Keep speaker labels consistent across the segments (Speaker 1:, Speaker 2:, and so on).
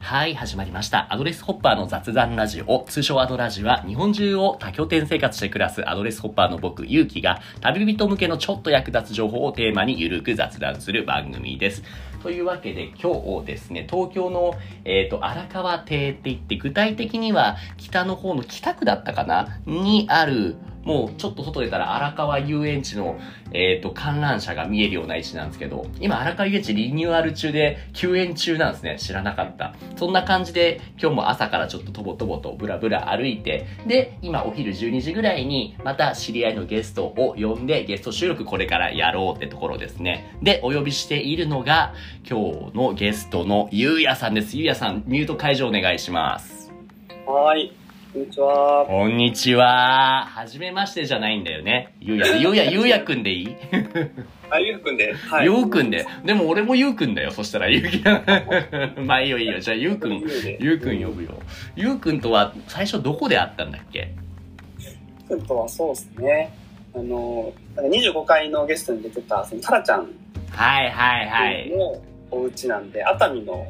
Speaker 1: はい、始まりました。アドレスホッパーの雑談ラジオ、通称アドラジは、日本中を多拠点生活して暮らすアドレスホッパーの僕、ゆうきが、旅人向けのちょっと役立つ情報をテーマにゆるく雑談する番組です。というわけで、今日ですね、東京の、えっ、と、荒川邸って言って、具体的には、北の方の北区だったかなにある、もうちょっと外出たら荒川遊園地の、えっ、と、観覧車が見えるような位置なんですけど、今荒川遊園地リニューアル中で休園中なんですね。知らなかった。そんな感じで今日も朝からちょっととぼとぼとブラブラ歩いて、で、今お昼12時ぐらいにまた知り合いのゲストを呼んでゲスト収録これからやろうってところですね。で、お呼びしているのが今日のゲストのゆうやさんです。ゆうやさん、ミュート解除お願いします。
Speaker 2: はーい。こんにちは。
Speaker 1: こんにちは。はじめましてじゃないんだよね。ゆうや、ゆうや、ゆうやくんでいい、
Speaker 2: あ、ゆうくんで。はい。
Speaker 1: ゆうくんで。でも俺もゆうくんだよ。そしたらゆうき。 まあいいよいいよ。じゃあゆうくん、ゆうくん呼ぶよ。ゆうくんとは最初どこで会ったんだっけ
Speaker 2: ゆうくんとはそうですね。あの、なんか25回のゲストに出てた、その、タラちゃん
Speaker 1: はいはいはい。
Speaker 2: のお家なんで、熱海の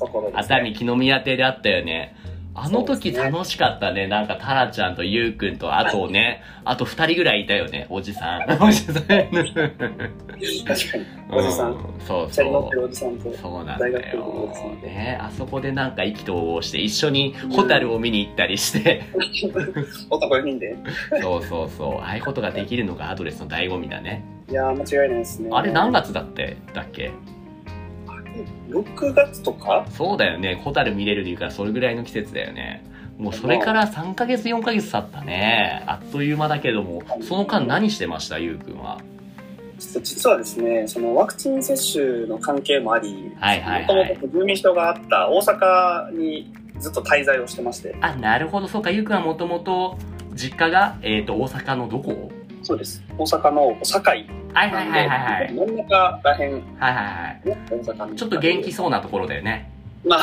Speaker 2: ところです、
Speaker 1: 熱
Speaker 2: ね。
Speaker 1: 海木の宮邸で会ったよね。あの時
Speaker 2: そうですね
Speaker 1: 楽しかったね。なんか、タラちゃんとゆうくんと、あとね、あと二人ぐらいいたよね。おじさん。おじさん。
Speaker 2: 確かに。おじさん。
Speaker 1: う。そう
Speaker 2: チャリ
Speaker 1: そう
Speaker 2: 乗って。るおじさんと。
Speaker 1: そうなんだ
Speaker 2: 大学の
Speaker 1: よ
Speaker 2: 時です。ね
Speaker 1: ね、あそこでなんか意気投合して一緒にホタルを見に行ったりして、
Speaker 2: 男4人で。
Speaker 1: そうそうそう、ああいうことができるのがアドレスの醍醐味だね。
Speaker 2: いやー、間違いないですね。
Speaker 1: あれ何月だってだっけ
Speaker 2: ?6 月とか
Speaker 1: そうだよね、ホタル見れる理由からそれぐらいの季節だよね。もうそれから3ヶ月4ヶ月経ったね。あっという間だけども、その間何してましたゆうくんは。
Speaker 2: ちょっと実はですね、そのワクチン接種の関係もあり、
Speaker 1: はいはいはい
Speaker 2: もともと住民票があった大阪にずっと滞在をしてまして、
Speaker 1: あ、なるほど、そうか、ゆうくんはもともと実家が、えっ、と、大阪のどこ
Speaker 2: そうです。大阪の堺
Speaker 1: はいは
Speaker 2: ない
Speaker 1: は
Speaker 2: んで、
Speaker 1: いはいはい。
Speaker 2: 真ん中らへん、ね、
Speaker 1: はいはいはい。
Speaker 2: 大阪に
Speaker 1: ちょっと元気そうなところだよ ね。
Speaker 2: まあ、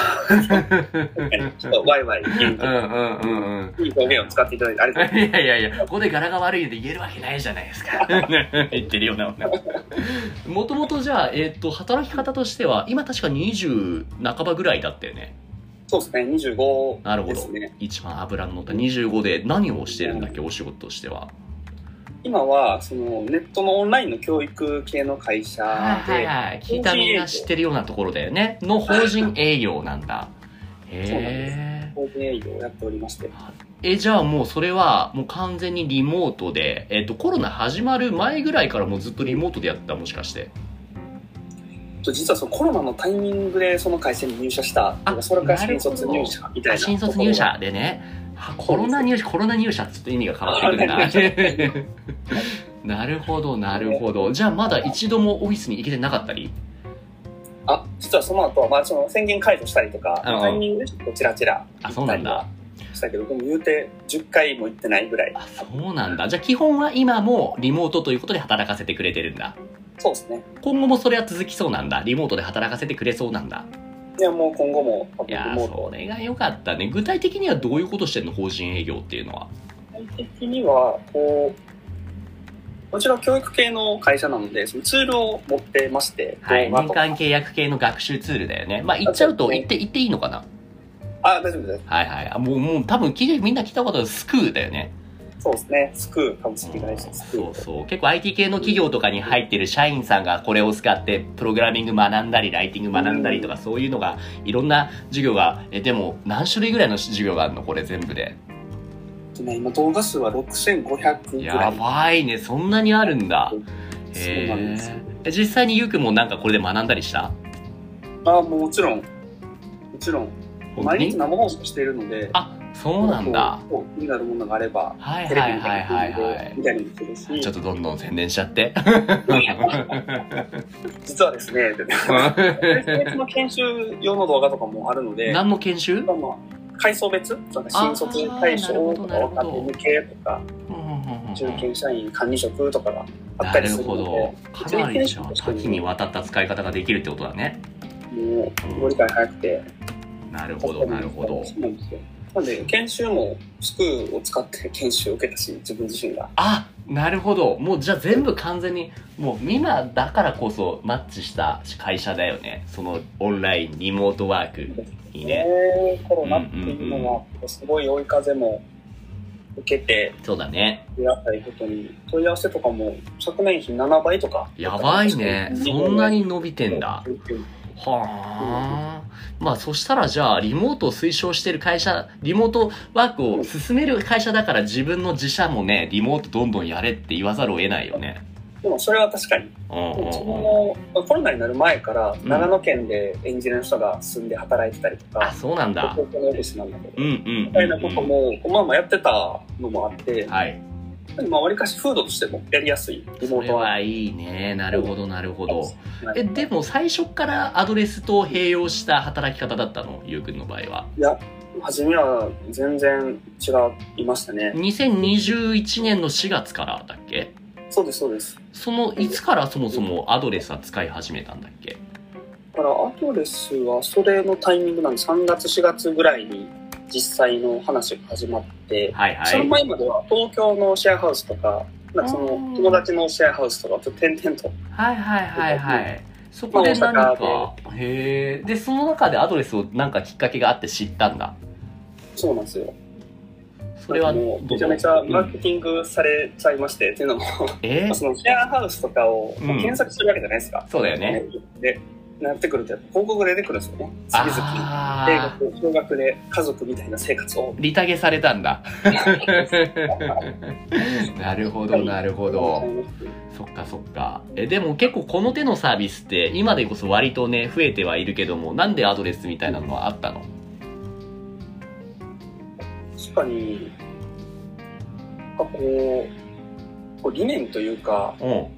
Speaker 2: ちょっとワイワイ元
Speaker 1: うんうんうんうん。
Speaker 2: 気、いい表現を使っていただいて、あり
Speaker 1: い
Speaker 2: がとうござい
Speaker 1: やいやいや、ここで柄が悪いんで言えるわけないじゃないですか。 言ってるような女。もともとじゃあ、えっ、と、働き方としては、今確か20半ばぐらいだったよね。
Speaker 2: ます。そうですね、
Speaker 1: なる
Speaker 2: 25
Speaker 1: ほ
Speaker 2: で
Speaker 1: ど
Speaker 2: すね。
Speaker 1: 一番油の乗った25で何をしてるんだっけ、お仕事としては。
Speaker 2: 今は、その、ネットのオンラインの教育系の会社
Speaker 1: はいはい
Speaker 2: で、
Speaker 1: はい。聞いたみんな知ってるようなところだよね。の法人営業なんだ。へえ。
Speaker 2: 法人営業をやっておりまして、
Speaker 1: え、じゃあもうそれはもう完全にリモートで、えっ、とコロナ始まる前ぐらいからもうずっとリモートでやってたもしかして。
Speaker 2: と実はそのコロナのタイミングでその会社に入社した、
Speaker 1: あ
Speaker 2: それから
Speaker 1: なる
Speaker 2: 新
Speaker 1: ほど
Speaker 2: 卒入社みたい
Speaker 1: あ
Speaker 2: な。
Speaker 1: 新卒入。社でね。あコロナ入社、コロナ入社ってちょっと意味が変わってくるな。なるほど、なるほど。じゃあまだ一度もオフィスに行けてなかったり
Speaker 2: あ、実はその後は、まあ、その宣言解除したりとか、
Speaker 1: うんうん
Speaker 2: タイミングでちょっとチラチラ
Speaker 1: あ、そうなんだ。
Speaker 2: したけど、でも言うて10回も行ってないぐらい。
Speaker 1: あ、そうなんだ。じゃあ基本は今もリモートということで働かせてくれてるんだ。
Speaker 2: そうですね。
Speaker 1: 今後もそれは続きそうなんだ。リモートで働かせてくれそうなんだ。
Speaker 2: いや、もう今後も、
Speaker 1: いやー、
Speaker 2: もう
Speaker 1: それが良かったね。具体的にはどういうことしてんの法人営業っていうのは。
Speaker 2: 具体的にはこうもちろん教育系の会社なのでそのツールを持ってまして、
Speaker 1: はい。
Speaker 2: まあ
Speaker 1: 年間契約系の学習ツールだよね。まあ、言っちゃうと、言って、言っていいのかな
Speaker 2: あ大丈夫です
Speaker 1: はいはい。あもう、もう、多分聞いて、みんな聞いたことある、スクーだよね。
Speaker 2: そうですねスクー株式会社スク
Speaker 1: そう
Speaker 2: ー
Speaker 1: そう。結構 IT 系の企業とかに入ってる社員さんがこれを使って、プログラミング学んだり、ライティング学んだりとか、そういうのが、いろんな授業が、え、でも、何種類ぐらいの授業があるのこれ全部で。
Speaker 2: でね今動画数は6500ぐら
Speaker 1: や
Speaker 2: い
Speaker 1: ばいね。そんなにあるんだ。
Speaker 2: そうなんですよ
Speaker 1: へーえ実際にゆうくんもなんかこれで学んだりした
Speaker 2: あもちろんもちろん
Speaker 1: 本当
Speaker 2: 毎日
Speaker 1: に
Speaker 2: 生放送しているので
Speaker 1: あ、そうなんだ。
Speaker 2: こう気になるものがあれば
Speaker 1: はい
Speaker 2: テレ
Speaker 1: は
Speaker 2: ビ
Speaker 1: い
Speaker 2: み
Speaker 1: は
Speaker 2: た
Speaker 1: い
Speaker 2: いな
Speaker 1: はい
Speaker 2: 感じ
Speaker 1: は
Speaker 2: で見たりもするし、
Speaker 1: い。ちょっとどんどん宣伝しちゃって。
Speaker 2: 実はです ね別の研修用の動画とかもあるので
Speaker 1: 何の研修
Speaker 2: まあまあ階層別なんか新卒対象とか
Speaker 1: あーな
Speaker 2: 若
Speaker 1: るほど
Speaker 2: 手向けとか中堅社員管理職とかがあった
Speaker 1: な
Speaker 2: り
Speaker 1: る
Speaker 2: する
Speaker 1: ほ
Speaker 2: ので
Speaker 1: ど。かなりじゃあ
Speaker 2: 一
Speaker 1: 多
Speaker 2: 人一
Speaker 1: 岐
Speaker 2: 人
Speaker 1: にわたった使い方ができるってことだね。
Speaker 2: もうご理解早くて
Speaker 1: なるほど、なるほど。
Speaker 2: そうなんですよなんで、研修も、スクールを使って研修を受けたし、自分自身が。
Speaker 1: あなるほどもうじゃあ全部完全にもう今だからこそマッチした会社だよねそのオンラインリモートワークいいね
Speaker 2: えコロナっていうのは、すごい追い風も受けて、
Speaker 1: そうだね
Speaker 2: 出会ったりことに、問い合わせとかも、昨年比7倍とか。
Speaker 1: やばいねそんなに伸びてんだ
Speaker 2: うん
Speaker 1: はあまあそしたらじゃあリモートを推奨してる会社リモートワークを進める会社だから自分の自社もねリモートどんどんやれって言わざるを得ないよね
Speaker 2: でもそれは確かに、
Speaker 1: うんうん
Speaker 2: 自分
Speaker 1: うん
Speaker 2: もコロナになる前から、長野県でエンジニアの人が住んで働いてたりと
Speaker 1: あ
Speaker 2: か、
Speaker 1: そうなんだ
Speaker 2: 東京のオフィスなんだけ
Speaker 1: う
Speaker 2: ど、
Speaker 1: んうん
Speaker 2: み
Speaker 1: う
Speaker 2: たい
Speaker 1: ん
Speaker 2: なこと
Speaker 1: うん
Speaker 2: も、まあまあやってたのもあって、
Speaker 1: はい
Speaker 2: まあわりかしフードとしてもやりやすい、リ
Speaker 1: そ
Speaker 2: モー
Speaker 1: れ
Speaker 2: トは。
Speaker 1: はいいねなるほどなるほど
Speaker 2: はい
Speaker 1: えでも最初からアドレスと併用した働き方だったのゆうくんの場合はい
Speaker 2: や、初めは全然違いましたね。
Speaker 1: 2021年の4月からだっけ
Speaker 2: そうです、そうです。
Speaker 1: そのいつからそもそもアドレスは使い始めたんだっけ
Speaker 2: だからアドレスはそれのタイミングなんで、3月、4月ぐらいに実際の話が始まって、
Speaker 1: はいは
Speaker 2: その
Speaker 1: い
Speaker 2: 前までは東京のシェアハウスとか、なんかその
Speaker 1: うん
Speaker 2: 友達のシェアハウスとか、ちょっと点々と。
Speaker 1: はいはいはいはいそこで何
Speaker 2: まあ大
Speaker 1: かへえでその中でアドレスをなんかきっかけがあって知ったんだ
Speaker 2: そうなんですよ。
Speaker 1: それは
Speaker 2: なんかも
Speaker 1: ど
Speaker 2: う
Speaker 1: う
Speaker 2: めちゃめちゃマ
Speaker 1: う
Speaker 2: ー
Speaker 1: ん
Speaker 2: ケティングされちゃいまして、っていうのも、
Speaker 1: え
Speaker 2: そのシェアハウスとかを
Speaker 1: うん
Speaker 2: 検索するわけじゃないですか。
Speaker 1: そうだよね。
Speaker 2: で、なってくると、広告が出てくるんですよね。次々。
Speaker 1: あ
Speaker 2: 定
Speaker 1: あ
Speaker 2: 額、少額で家族みたいな生活を。
Speaker 1: 利下げされたん だなるほどなるほどそっかそっか。え、でも結構この手のサービスって今でこそ割とね、増えてはいるけども、なんでアドレスみたいなのはあったの
Speaker 2: 確かに、なんかこう、こう理念というか、
Speaker 1: う
Speaker 2: 考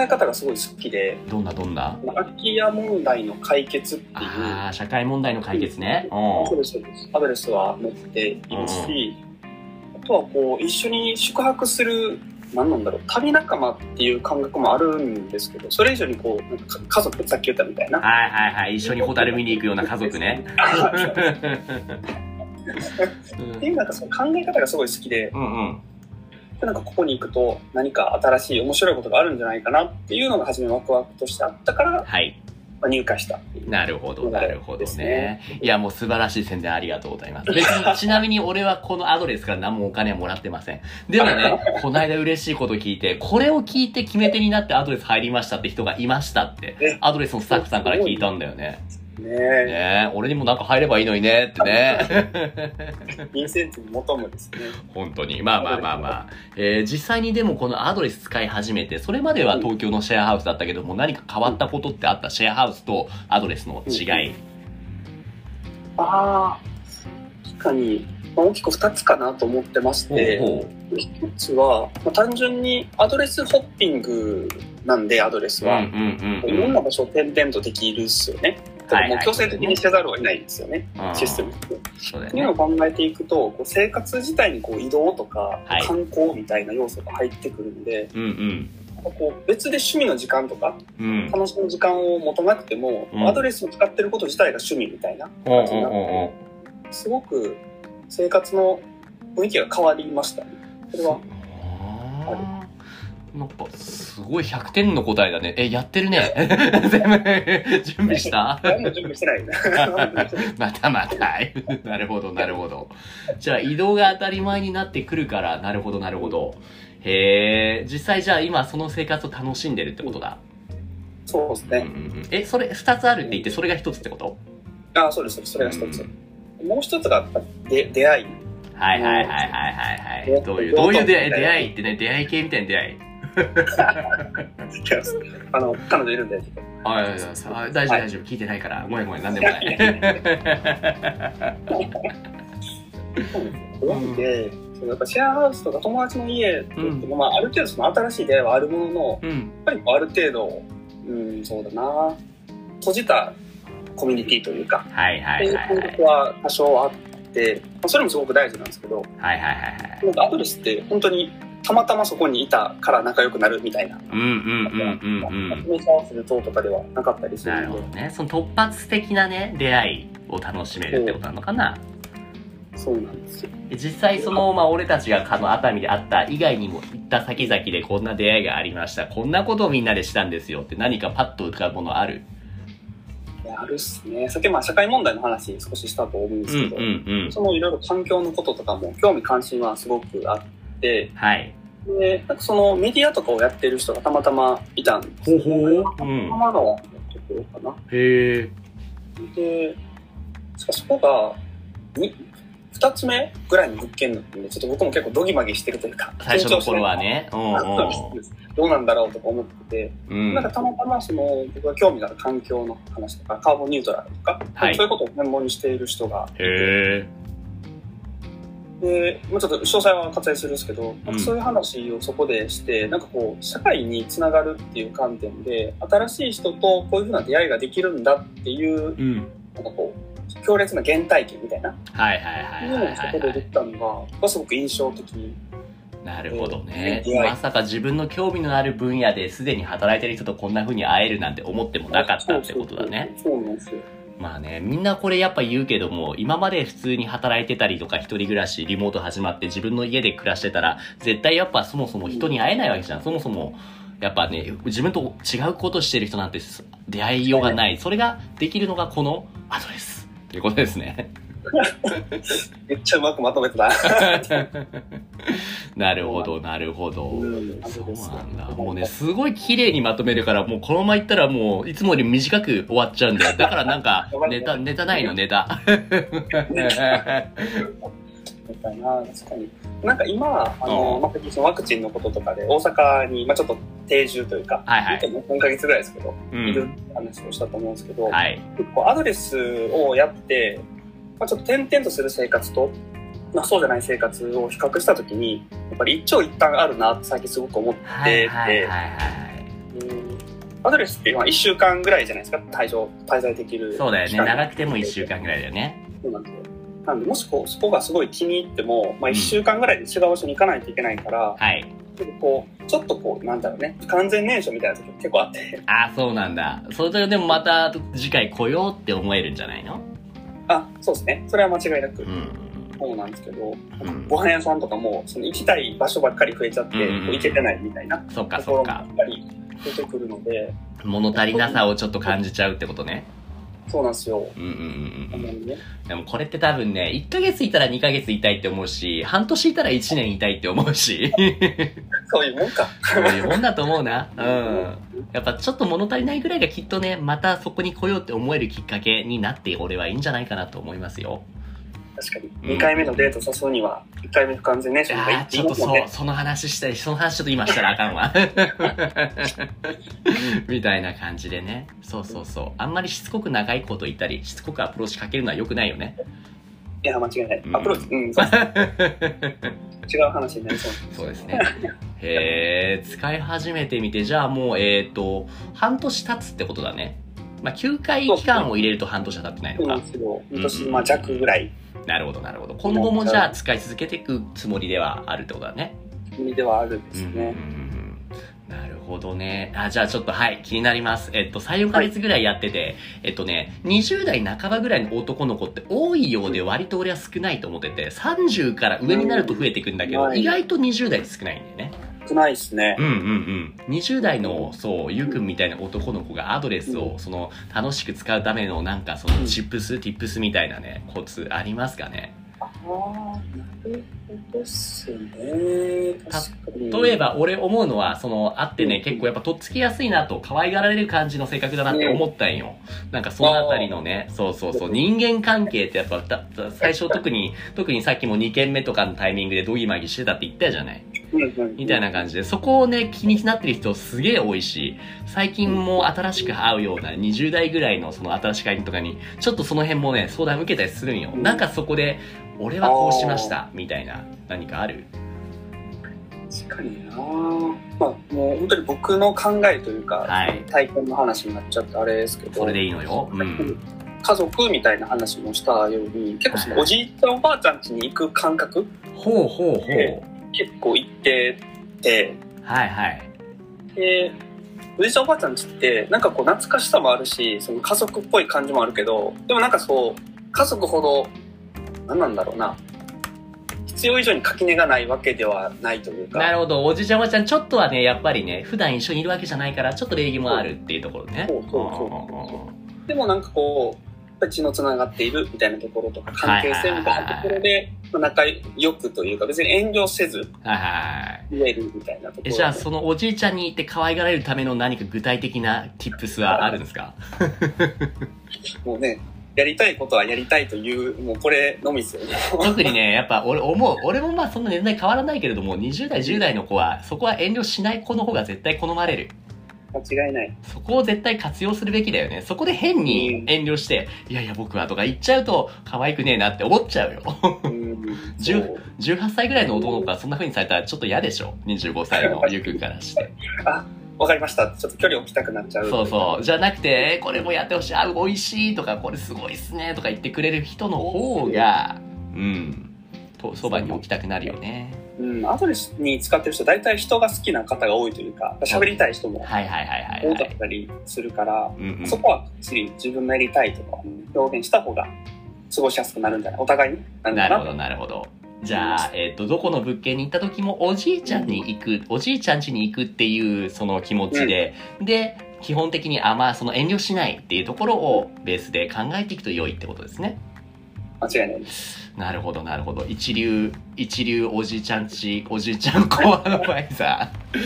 Speaker 2: え方がすごい好きで、
Speaker 1: ん。どんなどんな
Speaker 2: 空き家問題の解決っていう、
Speaker 1: ああ、社会問題の解決ね。う。
Speaker 2: そうんですそうですアドレスは持っていますし、あとはこう、一緒に宿泊する、何なんだろう、旅仲間っていう感覚もあるんですけど、それ以上にこう、なんか家族、さっき言ったみたいな、
Speaker 1: はいはいはい。一緒にホタル見に行くような家族 ね。
Speaker 2: っていうなんかその考え方がすごい好きで、
Speaker 1: うんうん。
Speaker 2: なんかここに行くと何か新しい面白いことがあるんじゃないかなっていうのが初めワクワクとしてあったから、ま
Speaker 1: はい。
Speaker 2: あ入会した。
Speaker 1: なるほど、なるほど
Speaker 2: です
Speaker 1: ね
Speaker 2: ね。
Speaker 1: いや、もう素晴らしい宣伝ありがとうございます。別に、 ちなみに俺はこのアドレスから何もお金はもらってません。でもね、こないだ嬉しいこと聞いて、これを聞いて決め手になってアドレス入りましたって人がいましたって
Speaker 2: え、
Speaker 1: アドレスのスタッフさんから聞いたんだよね。
Speaker 2: ね
Speaker 1: ね
Speaker 2: え、
Speaker 1: え俺にもなんか入ればいいのにねってね。
Speaker 2: インセンティブ求むですね。
Speaker 1: 本当に。まあまあまあまあ。えー実際にでもこのアドレス使い始めて、それまでは東京のシェアハウスだったけども、何か変わったことってあったシェアハウスとアドレスの違い。
Speaker 2: ああ、確かに、まあ、大きく2つかなと思ってまし
Speaker 1: ほう
Speaker 2: て、
Speaker 1: ほう。
Speaker 2: 1つは、まあ、単純にアドレスホッピングなんで、アドレスは。
Speaker 1: うん
Speaker 2: いろんな場所を点々とできるっすよね。だからもう強制的にせざるを得ないんですよね、システムって。
Speaker 1: そうだ
Speaker 2: っていうの
Speaker 1: よ
Speaker 2: を
Speaker 1: ね。
Speaker 2: 考えていくと、こう生活自体にこう移動とか
Speaker 1: はい
Speaker 2: 観光みたいな要素が入ってくるので、
Speaker 1: うん
Speaker 2: こう別で趣味の時間とか
Speaker 1: うん。うん。
Speaker 2: 楽しむ時間を持たなくても、
Speaker 1: うん
Speaker 2: アドレスを使ってること自体が趣味みたいな
Speaker 1: おうおう
Speaker 2: じになって
Speaker 1: おうおう
Speaker 2: すごく生活の雰囲気が変わりましたね。それは
Speaker 1: あーなんかすごい100点の答えだね。え、やってるね。 全部 準備した
Speaker 2: 何も準備してない な
Speaker 1: またまた。なるほど、なるほど。じゃあ移動が当たり前になってくるから、なるほど、なるほど。へえ、実際じゃあ今その生活を楽しんでるってことだ。
Speaker 2: そうです
Speaker 1: うんう
Speaker 2: ね。
Speaker 1: んうん、え、それ2つあるって言って、それが1つってこと
Speaker 2: ああ、そうです。それが一つ
Speaker 1: う。ん
Speaker 2: もう一つがやっぱ出出会い。
Speaker 1: はいはいはいはいはいはい。どういう、どういう出会い、出会いってね、出会い系みたいな出会い。
Speaker 2: あの、彼女いるんで、
Speaker 1: あいやいやあ大丈夫
Speaker 2: はい
Speaker 1: 大丈夫聞いてないからごめんごめん何でも ない
Speaker 2: 出会いで、そのやっぱシェアハウスとか友達の家っていうのも、まあ、ある程度その新しい出会いはあるものの、
Speaker 1: うん
Speaker 2: やっぱりこうある程度、うん、そうだな、閉じたコミュニティというか、
Speaker 1: はいはいはいはい
Speaker 2: っていう感覚は多少あって、まあ、それもすごく大事なんですけど、
Speaker 1: はいはいはいはい
Speaker 2: なんかアドレスって本当にたまたまそこにいたから仲良くなるみたいな、
Speaker 1: うんうんうんうんうん
Speaker 2: メジャーするととかではなかったりす
Speaker 1: な
Speaker 2: る
Speaker 1: るほ
Speaker 2: の
Speaker 1: どねその突発的なね出会いを楽しめるってことなのかな
Speaker 2: で、そうなんですよ。
Speaker 1: で実際その、まあ、俺たちがあの熱海で会った以外にも行った先々でこんな出会いがありました。こんなことをみんなでしたんですよって何かパッと浮かぶものある
Speaker 2: いやあるっすね。さっきまあ社会問題の話少ししたと思うんで
Speaker 1: う
Speaker 2: す
Speaker 1: んう
Speaker 2: け
Speaker 1: ん
Speaker 2: ど、
Speaker 1: うん。
Speaker 2: そのいろいろ環境のこととかも興味関心はすごくあって、
Speaker 1: はい。
Speaker 2: で、なんかそのメディアとかをやってる人がたまたまいたんですよね。
Speaker 1: うん。
Speaker 2: 浜のところかな。
Speaker 1: へえ。
Speaker 2: で、しかそこが、に、二つ目ぐらいの物件だったんで、ちょっと僕も結構ドギマギしてるというか、
Speaker 1: 最初の頃はね。う
Speaker 2: 緊張してるんです。どうなんだろうとか思ってて、
Speaker 1: んうん。う
Speaker 2: なんか
Speaker 1: ん。
Speaker 2: たまたまその、僕が興味のある環境の話とか、カーボンニュートラルとか、
Speaker 1: はい
Speaker 2: そういうことを専門にしている人が、
Speaker 1: へえ。
Speaker 2: で、もうちょっと詳細は割愛するんですけど、なんかそういう話をそこでして、なんかこう、社会につながるっていう観点で、新しい人とこういうふうな出会いができるんだっていう、
Speaker 1: うん。
Speaker 2: なんかこう、強烈な原体験みたいな、
Speaker 1: はいはいはい
Speaker 2: いう
Speaker 1: はい
Speaker 2: のをそ
Speaker 1: は
Speaker 2: こ
Speaker 1: い、
Speaker 2: で
Speaker 1: は
Speaker 2: で
Speaker 1: い
Speaker 2: き。たのが、僕はすごく印象的。
Speaker 1: なるほどね
Speaker 2: うん。
Speaker 1: まさか自分の興味のある分野ですでに働いてる人とこんな風に会えるなんて思ってもなかったってことだね。
Speaker 2: そうそうそう。そうなんですよ。
Speaker 1: まあね、みんなこれやっぱ言うけども、今まで普通に働いてたりとか、一人暮らし、リモート始まって自分の家で暮らしてたら、絶対やっぱそもそも人に会えないわけじゃん。そもそも、やっぱね、自分と違うことしてる人なんて出会いようがない。それができるのがこのアドレス。ということです ね。
Speaker 2: めっちゃうまくまとめてた。
Speaker 1: なるほど、なるほど。
Speaker 2: うん
Speaker 1: そうなんだ。もうね、すごい綺麗にまとめるから、もうこのままいったらもう、いつもより短く終わっちゃうんだよ。だからなんか、ネタ、ネタないの、ネタ。
Speaker 2: みたいな、確かに。なんか今、あ
Speaker 1: う
Speaker 2: の、
Speaker 1: ん
Speaker 2: まあ、最近そのワクチンのこととかで、大阪に、まあ、ちょっと定住というか、
Speaker 1: はいはい
Speaker 2: いても4ヶ月ぐらいですけど、
Speaker 1: う
Speaker 2: いる
Speaker 1: ん。
Speaker 2: って話をしたと思うんですけど、
Speaker 1: はい。
Speaker 2: 結構アドレスをやって、まあ、ちょっと点々とする生活と、まあ、そうじゃない生活を比較したときに、やっぱり一長一短あるなって最近すごく思ってて、
Speaker 1: はいはいはいはい。
Speaker 2: うんアドレスっていうのは1週間ぐらいじゃないですか、滞在滞在できる。
Speaker 1: そうだよね。長くても1週間ぐらいだよね。
Speaker 2: そうなんですよ。なんで、もしこうそこがすごい気に入っても、まあ、
Speaker 1: うん
Speaker 2: 1週間ぐらいで違う場所に行かないといけないから、
Speaker 1: はい。
Speaker 2: ちょっとこう、ちょっとこう、なんだろうね、完全燃焼みたいな時も結構あって、
Speaker 1: ああ、そうなんだ。それでもまた次回来ようって思えるんじゃないの
Speaker 2: あ、そうですね、それは間違いなく
Speaker 1: う。ん。
Speaker 2: そうなんですけど、
Speaker 1: ん
Speaker 2: ご飯屋さんとかもその行きたい場所ばっかり増えちゃって、
Speaker 1: うんうん
Speaker 2: こう行けてないみたいな
Speaker 1: そっか
Speaker 2: と
Speaker 1: そ
Speaker 2: こ
Speaker 1: っ
Speaker 2: ろがや
Speaker 1: か。
Speaker 2: っぱり出てくるので、
Speaker 1: 物足りなさをちょっと感じちゃうってことね。
Speaker 2: そうなんですよ。
Speaker 1: うんうんうん
Speaker 2: あ
Speaker 1: うんん
Speaker 2: ま。りね。
Speaker 1: でもこれって多分ね、1ヶ月いたら2ヶ月いたいって思うし、半年いたら1年いたいって思うし、
Speaker 2: そういうもんか。
Speaker 1: そういうもんだと思うな。うん。やっぱちょっと物足りないぐらいがきっとね、またそこに来ようって思えるきっかけになって俺はいいんじゃないかなと思いますよ。
Speaker 2: 確かに。2回目のデート誘うには、1回目不完全燃
Speaker 1: いや
Speaker 2: 焼がい
Speaker 1: ー
Speaker 2: い
Speaker 1: ちょっと
Speaker 2: いいもん
Speaker 1: そう、
Speaker 2: ね。
Speaker 1: その話したい、その話ちょっと今したらあかん わ。みたいな感じでね。そうそうそう。あんまりしつこく長いこと言ったり、しつこくアプローチかけるのは良くないよね。
Speaker 2: いや、間違いない。
Speaker 1: うん
Speaker 2: アプローチ、うん、そうです ね違う話になりそう
Speaker 1: そうですね。へえ、使い始めてみて、じゃあもう、えっ、と、半年経つってことだね。まあ、9回期間を入れると半年は経ってない
Speaker 2: そ
Speaker 1: の
Speaker 2: うな
Speaker 1: か
Speaker 2: んで。すけど、今年、まあ、弱ぐらい
Speaker 1: なるほど、なるほど。今後もじゃあ使い続けていくつもりではあるってことだね。
Speaker 2: ではあるんです
Speaker 1: うんうんうんう
Speaker 2: ね。
Speaker 1: んなるほどね。あ、じゃあちょっと、はい、気になります。えっと、3、4ヶ月ぐらいやってて、えっとね、20代半ばぐらいの男の子って多いようで割と俺は少ないと思ってて、30から上になると増えていくんだけど、
Speaker 2: うん
Speaker 1: 意外と20代少ないんだよね。
Speaker 2: 少ないですね
Speaker 1: う。んうんうん、20代のそうゆうくんみたいな男の子がアドレスをその楽しく使うためのなんかそのチップス、ティップスみたいなねコツありますかね
Speaker 2: ああ、なるほどっすね。確かに。
Speaker 1: 例えば俺思うのはそのあってね結構やっぱとっつきやすいなと可愛がられる感じの性格だなって思ったんよなんかそのあたりのねそうそうそう人間関係ってやっぱたた最初特に特にさっきも2件目とかのタイミングでドギマギしてたって言ったじゃない
Speaker 2: うんうん、
Speaker 1: みたいな感じで、そこをね、気になってる人すげえ多いし、最近も新しく会うような20代ぐらいのその新しい会員とかに、ちょっとその辺もね、相談受けたりするんよ。
Speaker 2: うん
Speaker 1: なんかそこで、俺はこうしました、みたいな、何かある
Speaker 2: 確かになまあもう本当に僕の考えというか、
Speaker 1: はい
Speaker 2: 体験の話になっちゃってあれですけど
Speaker 1: それでいいのよ。うん。
Speaker 2: 家族みたいな話もしたように結構
Speaker 1: は
Speaker 2: そ
Speaker 1: い
Speaker 2: の
Speaker 1: はい
Speaker 2: おじいちゃんおばあちゃん家に行く感覚
Speaker 1: ほうほうほ
Speaker 2: え
Speaker 1: う。
Speaker 2: 結構行ってて
Speaker 1: はいはい。
Speaker 2: でおじいちゃんおばあちゃん家ってなんかこう懐かしさもあるしその家族っぽい感じもあるけどでもなんかそう家族ほど何なんだろうな必要以上に垣根がないわけではないというか。
Speaker 1: なるほど。おじちゃんおばちゃん、ちょっとはね、やっぱりね、普段一緒にいるわけじゃないから、ちょっと礼儀もあるっていうところね。
Speaker 2: そうそうそう
Speaker 1: うんうんうん
Speaker 2: でもなんかこう、やっぱり血のつながっているみたいなところとか、関係性みたいなところで、まあ仲良くというか、別に遠慮せず
Speaker 1: はいはい。
Speaker 2: 言えるみたいなとこ
Speaker 1: え
Speaker 2: ろ。
Speaker 1: じゃあ、そのおじいちゃんに言って可愛がられるための何か具体的な tips はあるんですか
Speaker 2: もうね、やりたいことはやりたいという、もうこれのみですよね。
Speaker 1: 特にね、やっぱ俺思う、俺もまあそんな年代変わらないけれども、20代、10代の子は、そこは遠慮しない子の方が絶対好まれる。
Speaker 2: 間違いない。
Speaker 1: そこを絶対活用するべきだよね。そこで変に遠慮して、いやいや僕はとか言っちゃうと、可愛くねえなって思っちゃうよ。
Speaker 2: うん。
Speaker 1: 十
Speaker 2: そう
Speaker 1: 18歳ぐらいの男の子がそんな風にされたらちょっと嫌でしょ ?25 歳のゆうくんからして。
Speaker 2: わかりました。ちょっと距離置きたくなっちゃう。
Speaker 1: そうそう。じゃなくて、えこれもやってほしい。あ、美味しいとか、これすごいっすねとか言ってくれる人の方が、うん。と、そばに置きたくなるよね。
Speaker 2: うん。アドレスに使ってる人、大体人が好きな方が多いというか、喋りたい人も
Speaker 1: はいはいはいは
Speaker 2: 多
Speaker 1: い、
Speaker 2: か
Speaker 1: は
Speaker 2: っ
Speaker 1: い。
Speaker 2: たりするから、
Speaker 1: うんうん
Speaker 2: そこはきっちり自分のやりたいとかを表現した方が過ごしやすくなるんじゃないお互いになるの
Speaker 1: な
Speaker 2: か
Speaker 1: る
Speaker 2: な
Speaker 1: ほど、なるほど。じゃあ、えっ、と、どこの物件に行った時も、おじいちゃんに行く、おじいちゃん家に行くっていう、その気持ちで、で、基本的に、あ、まあ、その遠慮しないっていうところをベースで考えていくと良いってことですね。
Speaker 2: 間違いないです。
Speaker 1: なるほど、なるほど。一流、一流おじいちゃんち、おじいちゃん子アドバイザ ー。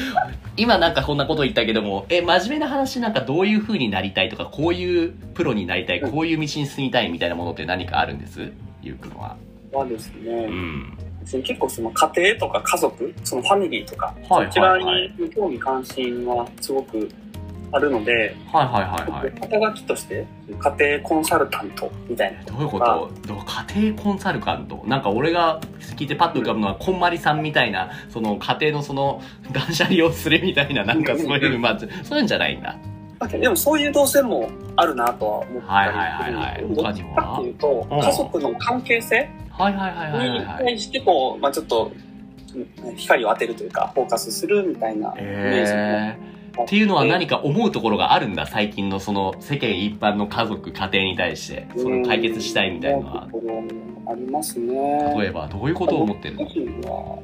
Speaker 1: 今なんかこんなこと言ったけども、え、真面目な話なんかどういう風になりたいとか、こういうプロになりたい、こういう道に進みたいみたいなものって何かあるんですゆうくんは。
Speaker 2: はです
Speaker 1: う
Speaker 2: ね、
Speaker 1: ん。
Speaker 2: 別に結構その家庭とか家族、そのファミリーとか、
Speaker 1: はい
Speaker 2: こちら
Speaker 1: はい
Speaker 2: に
Speaker 1: はい。
Speaker 2: 興味関心はすごくあるので、
Speaker 1: はいはいはいはい。
Speaker 2: 肩書きとして家庭コンサルタントみたいな。
Speaker 1: どういうことどう家庭コンサルタントなんか俺が聞いてパッと浮かぶのはこんまりさんみたいなその家庭のその断捨離をするみたいななんかそういうまあそういうんじゃないんだ
Speaker 2: まあでもそういう動線もあるなとは思った
Speaker 1: はいはいはいはい
Speaker 2: りする
Speaker 1: 他
Speaker 2: んですけどどっ
Speaker 1: に
Speaker 2: ち
Speaker 1: は
Speaker 2: かっていうと、
Speaker 1: うん
Speaker 2: 家族の関係性
Speaker 1: はいはいはいはいは
Speaker 2: に
Speaker 1: いはい
Speaker 2: 対してこう、まあちょっと、うん光を当てるというか、フォーカスするみたいなイメージも
Speaker 1: えー、っていうのは何か思うところがあるんだ最近のその世間一般の家族家庭に対してそれを解決したいみたいなのは
Speaker 2: うん思うところありますね。
Speaker 1: 例えばどういうことを思ってるの
Speaker 2: 個人は、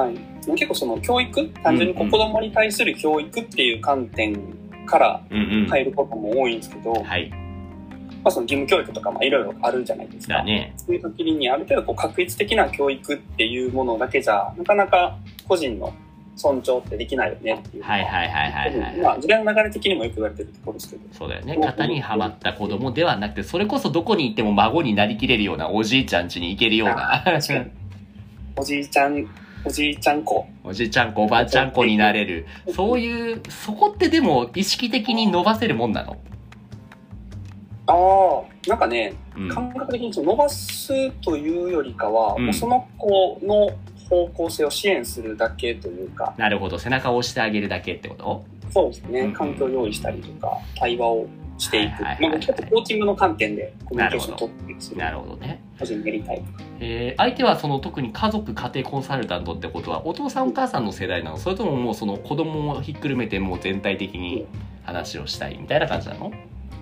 Speaker 2: はい、結構その教育単純にこう
Speaker 1: うんうん
Speaker 2: 子供に対する教育っていう観点から
Speaker 1: うんうんは
Speaker 2: 入
Speaker 1: い
Speaker 2: ることも多いんですけど、まあ、その義務教育とかまあいろいろあるじゃないですか。
Speaker 1: だね
Speaker 2: そういう時にある程度こう確一的な教育っていうものだけじゃなかなか個人の尊重ってできないよねっていうのは。
Speaker 1: はいはいはいはいはい
Speaker 2: まあ、時代の流れ的にもよく言われてるところですけど。
Speaker 1: そうだよね
Speaker 2: うん
Speaker 1: 型にはまった子供ではなくてそれこそどこに行っても孫になりきれるようなおじいちゃん家に行けるような
Speaker 2: おじいちゃん、おじいちゃん子。
Speaker 1: おじいちゃん子おばあちゃん子になれるそういうそこってでも意識的に伸ばせるもんなの、
Speaker 2: ああ、なんかね、
Speaker 1: うん、
Speaker 2: 感覚的にその伸ばすというよりかは、
Speaker 1: うん
Speaker 2: もうその子の方向性を支援するだけというか、
Speaker 1: なるほど背中を押してあげるだけってこと
Speaker 2: そうです
Speaker 1: うん
Speaker 2: ね、環境を用意したりとか、対話をしていく。
Speaker 1: はいはいはい
Speaker 2: まあ、ちょっとコーチングの観点でコミュニケーションを取っていくする
Speaker 1: なるほどね、
Speaker 2: 個人でやりたい。
Speaker 1: えー相手はその特に家族家庭コンサルタントってことはお父さんお母さんの世代なのそれとももうその子供をひっくるめてもう全体的に話をしたいみたいな感じなの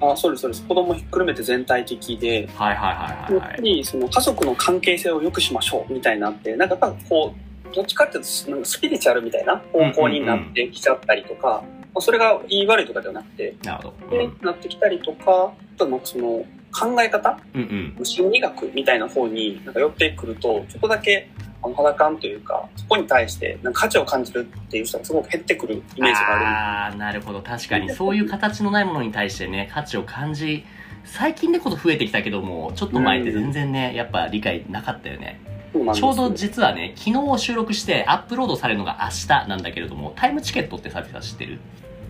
Speaker 2: あ、そうです、そうです。子供ひっくるめて全体的で、
Speaker 1: はいはいはい
Speaker 2: や
Speaker 1: は
Speaker 2: っぱ
Speaker 1: いはい
Speaker 2: りその家族の関係性を良くしましょうみたいになって、なんかやっぱこう、どっちかっていうとなんかスピリチュアルみたいな方向になってきちゃったりとか、まあそれが言い悪いとかではなくて、
Speaker 1: なるほど、
Speaker 2: でなってきたりとか、あとなんかその考え方、
Speaker 1: うんうん
Speaker 2: 心理学みたいな方になんか寄ってくると、ちょっとだけあの肌感というか、そこに対してなんか価値を感じるっていう人がすごく減ってくるイメージがある。
Speaker 1: ああーなるほど確かにそういう形のないものに対してね価値を感じ最近でこそ増えてきたけどもちょっと前って全然ねやっぱ理解なかったよね
Speaker 2: そうなんです
Speaker 1: ちょうど実はね昨日収録してアップロードされるのが明日なんだけれどもタイムチケットってサビさん知ってる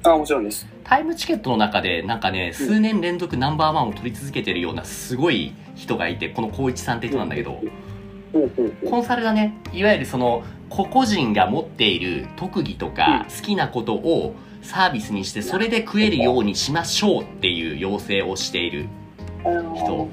Speaker 2: あ、もちろんです。
Speaker 1: タイムチケットの中でなんかね数年連続ナンバーワンを取り続けてるようなすごい人がいてこの光一さんって人なんだけど
Speaker 2: うんうんうん。
Speaker 1: コンサルがねいわゆるその個々人が持っている特技とか好きなことをサービスにしてそれで食えるようにしましょうっていう要請をしている人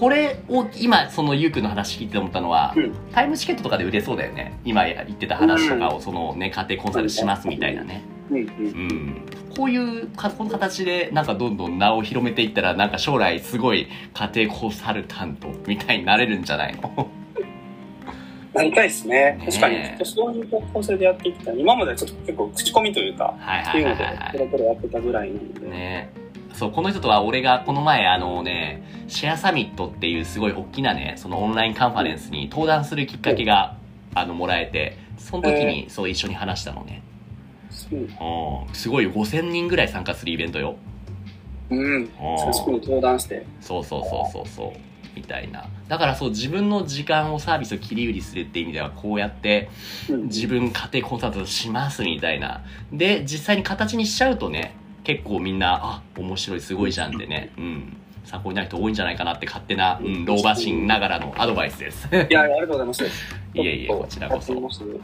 Speaker 1: これを今そのゆうくんの話聞いて思ったのは、
Speaker 2: うん
Speaker 1: タイムチケットとかで売れそうだよね今言ってた話とかをそのね家庭コンサルしますみたいなね
Speaker 2: うんうん。
Speaker 1: うんこういうかこの形でなんかどんどん名を広めていったらなんか将来すごい家庭コンサルタントみたいになれるんじゃないの
Speaker 2: なりたいですね
Speaker 1: ね。
Speaker 2: 確かに、ちょっとそういう方向性でやっていきたい。今まではちょっと結構口コミというか、
Speaker 1: はい
Speaker 2: っ
Speaker 1: は
Speaker 2: てい
Speaker 1: いうは
Speaker 2: の
Speaker 1: いはい
Speaker 2: で
Speaker 1: は、
Speaker 2: ペラペラやってたぐらいなんで。
Speaker 1: い。ねそう、この人とは俺がこの前あのね、シェアサミットっていうすごい大きなね、そのオンラインカンファレンスに登壇するきっかけが、あの、もらえて、その時にそう一緒に話したのね。
Speaker 2: うん
Speaker 1: うん。すごい5000人ぐらい参加するイベントよ。
Speaker 2: うん。
Speaker 1: うん
Speaker 2: 早速に登壇して。
Speaker 1: そうそうそうそうそうみたいなだからそう自分の時間をサービスを切り売りするって意味ではこうやって
Speaker 2: うん。
Speaker 1: 自分家庭コンサートしますみたいなで実際に形にしちゃうとね結構みんなあ面白いすごいじゃんってねうん参考になる人多いんじゃないかなって勝手な、うん、老婆心ながらのアドバイスです
Speaker 2: いや、ありがとうございます。い
Speaker 1: いえいえこちらこそ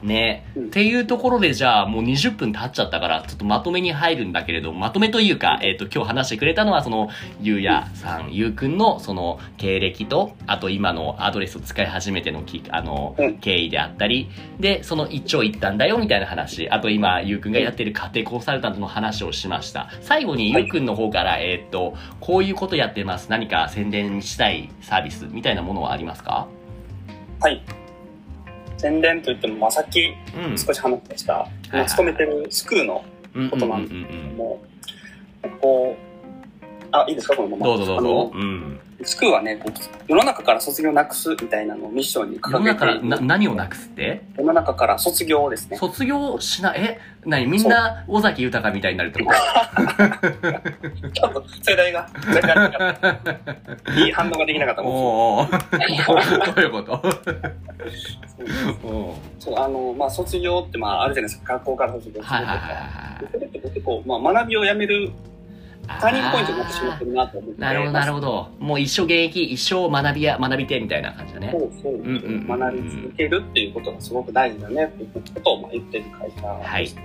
Speaker 1: ね
Speaker 2: うん
Speaker 1: っていうところでじゃあもう20分経っちゃったからちょっとまとめに入るんだけれどまとめというか、えっと今日話してくれたのはそのゆうやさんゆうくんのその経歴とあと今のアドレスを使い始めてのきあの
Speaker 2: うん
Speaker 1: 経緯であったりでその一長一短だよみたいな話あと今ゆうくんがやってる家庭コンサルタントの話をしました最後に
Speaker 2: は
Speaker 1: ゆ
Speaker 2: いう
Speaker 1: くんの方から、えっとこういうことやってます何か宣伝したいサービスみたいなものはありますか
Speaker 2: はい。宣伝といっても、まあ、さっき
Speaker 1: うん
Speaker 2: 少し話した、
Speaker 1: うんはい
Speaker 2: 勤めてるスクールの、
Speaker 1: うんうんうんうんうん
Speaker 2: もう、こう、あ、いいですか、このまま。
Speaker 1: どうぞどうぞ
Speaker 2: あ
Speaker 1: うん
Speaker 2: の。スクールはね、こう世の中から卒業なくすみたいなのをミッションに
Speaker 1: 世
Speaker 2: 掲
Speaker 1: の
Speaker 2: げ
Speaker 1: 中か
Speaker 2: て
Speaker 1: ら
Speaker 2: いて
Speaker 1: な何をなくすって
Speaker 2: 世の中から卒業をですね。
Speaker 1: 卒業しなえ何みんな尾崎豊みたいになるってこと
Speaker 2: 多分世代が、世代が、 いい反応ができなかったもん。
Speaker 1: おうおう どういうことおう
Speaker 2: そう、あの、まあ、卒業って、まあ、あるじゃないですか、学校から卒業するとか。
Speaker 1: はいはいはいはい
Speaker 2: それって結構、まあ、学びをやめるターニングポイントになってしまってるなと思って。
Speaker 1: なるほどなる
Speaker 2: ほ
Speaker 1: ほどもう一生現役一生学びや学びてみたいな感じだね
Speaker 2: そうそう、
Speaker 1: んうんうん
Speaker 2: 学び続けるっていうことがすごく大事だねっていうことをまあ言ってる会社でして、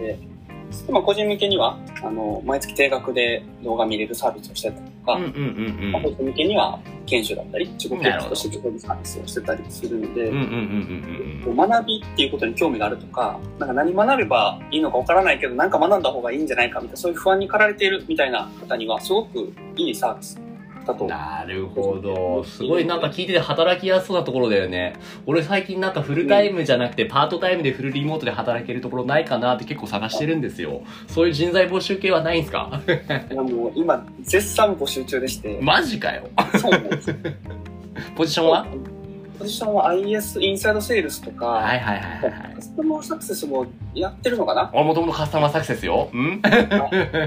Speaker 2: でまあ個人向けにはあの毎月定額で動画見れるサービスをしてたりとか、
Speaker 1: うんうんうんう
Speaker 2: まあ個
Speaker 1: ん
Speaker 2: 人向けには研修だったり自己研修として自己サービスをしてたりするので、
Speaker 1: うんうんうんうん
Speaker 2: こう学びっていうことに興味があるとか、なんか何学べばいいのかわからないけど、なんか学んだ方がいいんじゃないかみたいな、そういう不安に駆られているみたいな方には、すごくいいサービスだ
Speaker 1: う
Speaker 2: と
Speaker 1: ん。なるほどすごいなんか聞いてて働きやすそうなところだよね俺最近なんかフルタイムじゃなくてパートタイムでフルリモートで働けるところないかなって結構探してるんですよそういう人材募集系はないんすか
Speaker 2: いやもう今、絶賛募集中でして、
Speaker 1: マジかよ
Speaker 2: そうなんですよ
Speaker 1: ポジションは
Speaker 2: ポジションは IS、インサイドセールスとか、
Speaker 1: はいはいはいはいはい
Speaker 2: カスタマーサクセスもやってるのかな
Speaker 1: 俺もともとカスタマーサクセスよ。ん
Speaker 2: じ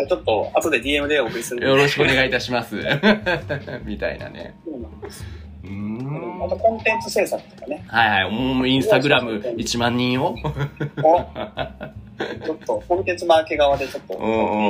Speaker 2: ゃあちょっと、後で DM でお送りする
Speaker 1: よろしくお願いいたします。 みたいなね。
Speaker 2: そうなんです
Speaker 1: うーん。
Speaker 2: あと、
Speaker 1: は
Speaker 2: コンテンツ制作とかね、
Speaker 1: いはい。もうインスタグラム1万人を。
Speaker 2: おちょっと、コンテンツマーケ側でちょっと、
Speaker 1: うんうんうんうん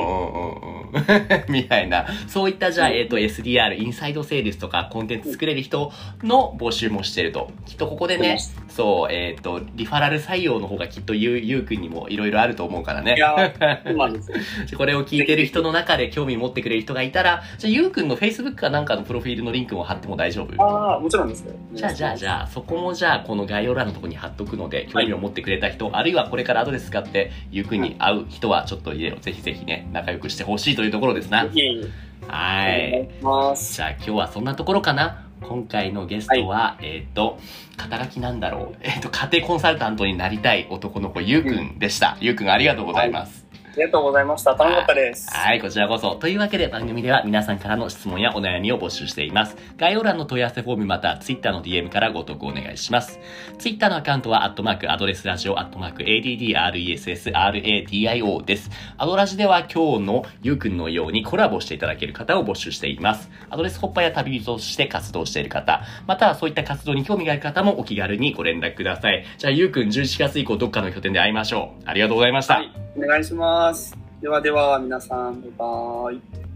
Speaker 1: うん。 みたいな。そういったじゃあ、えっ、と SDR、インサイドセールスとかコンテンツ作れる人の募集もしてると。きっとここでね、そう、えっ、と、リファラル採用の方がきっとゆう、ゆうくんにもいろいろあると思うからね
Speaker 2: い。や、そうなんですよ。
Speaker 1: これを聞いてる人の中で興味持ってくれる人がいたら、じゃあ、ゆうくんの Facebook かなんかのプロフィールのリンクも貼っても大丈夫
Speaker 2: ああ、もちろんですよ。
Speaker 1: じゃあ、じゃあ、じゃあ、そこもじゃあ、この概要欄のとこに貼っとくので、興味を持ってくれた人、あるいはこれからアドレス使って、ゆうくんに会う人は、ちょっと家をぜひぜひね、仲良くしてほしいというところですな。
Speaker 2: いえいえ
Speaker 1: は
Speaker 2: お願
Speaker 1: い。
Speaker 2: いします。
Speaker 1: じゃあ、今日はそんなところかな。今回のゲストは、えっ、と、肩書きなんだろう。えっ、と、家庭コンサルタントになりたい男の子、ゆうくんでした。ゆうくん、ありがとうございます。
Speaker 2: ありがとうございました。楽しかったです。
Speaker 1: はい、こちらこそ。というわけで番組では皆さんからの質問やお悩みを募集しています。概要欄の問い合わせフォームまたは Twitter の DM からご投稿お願いします。Twitter のアカウントは、アットマーク、アドレスラジオ、アットマーク、ADDRESSRADIO です。アドラジでは今日のゆうくんのようにコラボしていただける方を募集しています。アドレスホッパーや旅人として活動している方、またはそういった活動に興味がある方もお気軽にご連絡ください。じゃあゆうくん11月以降どっかの拠点で会いましょう。ありがとうございました。
Speaker 2: はいお願いします。ではでは、皆さん、バイバイ。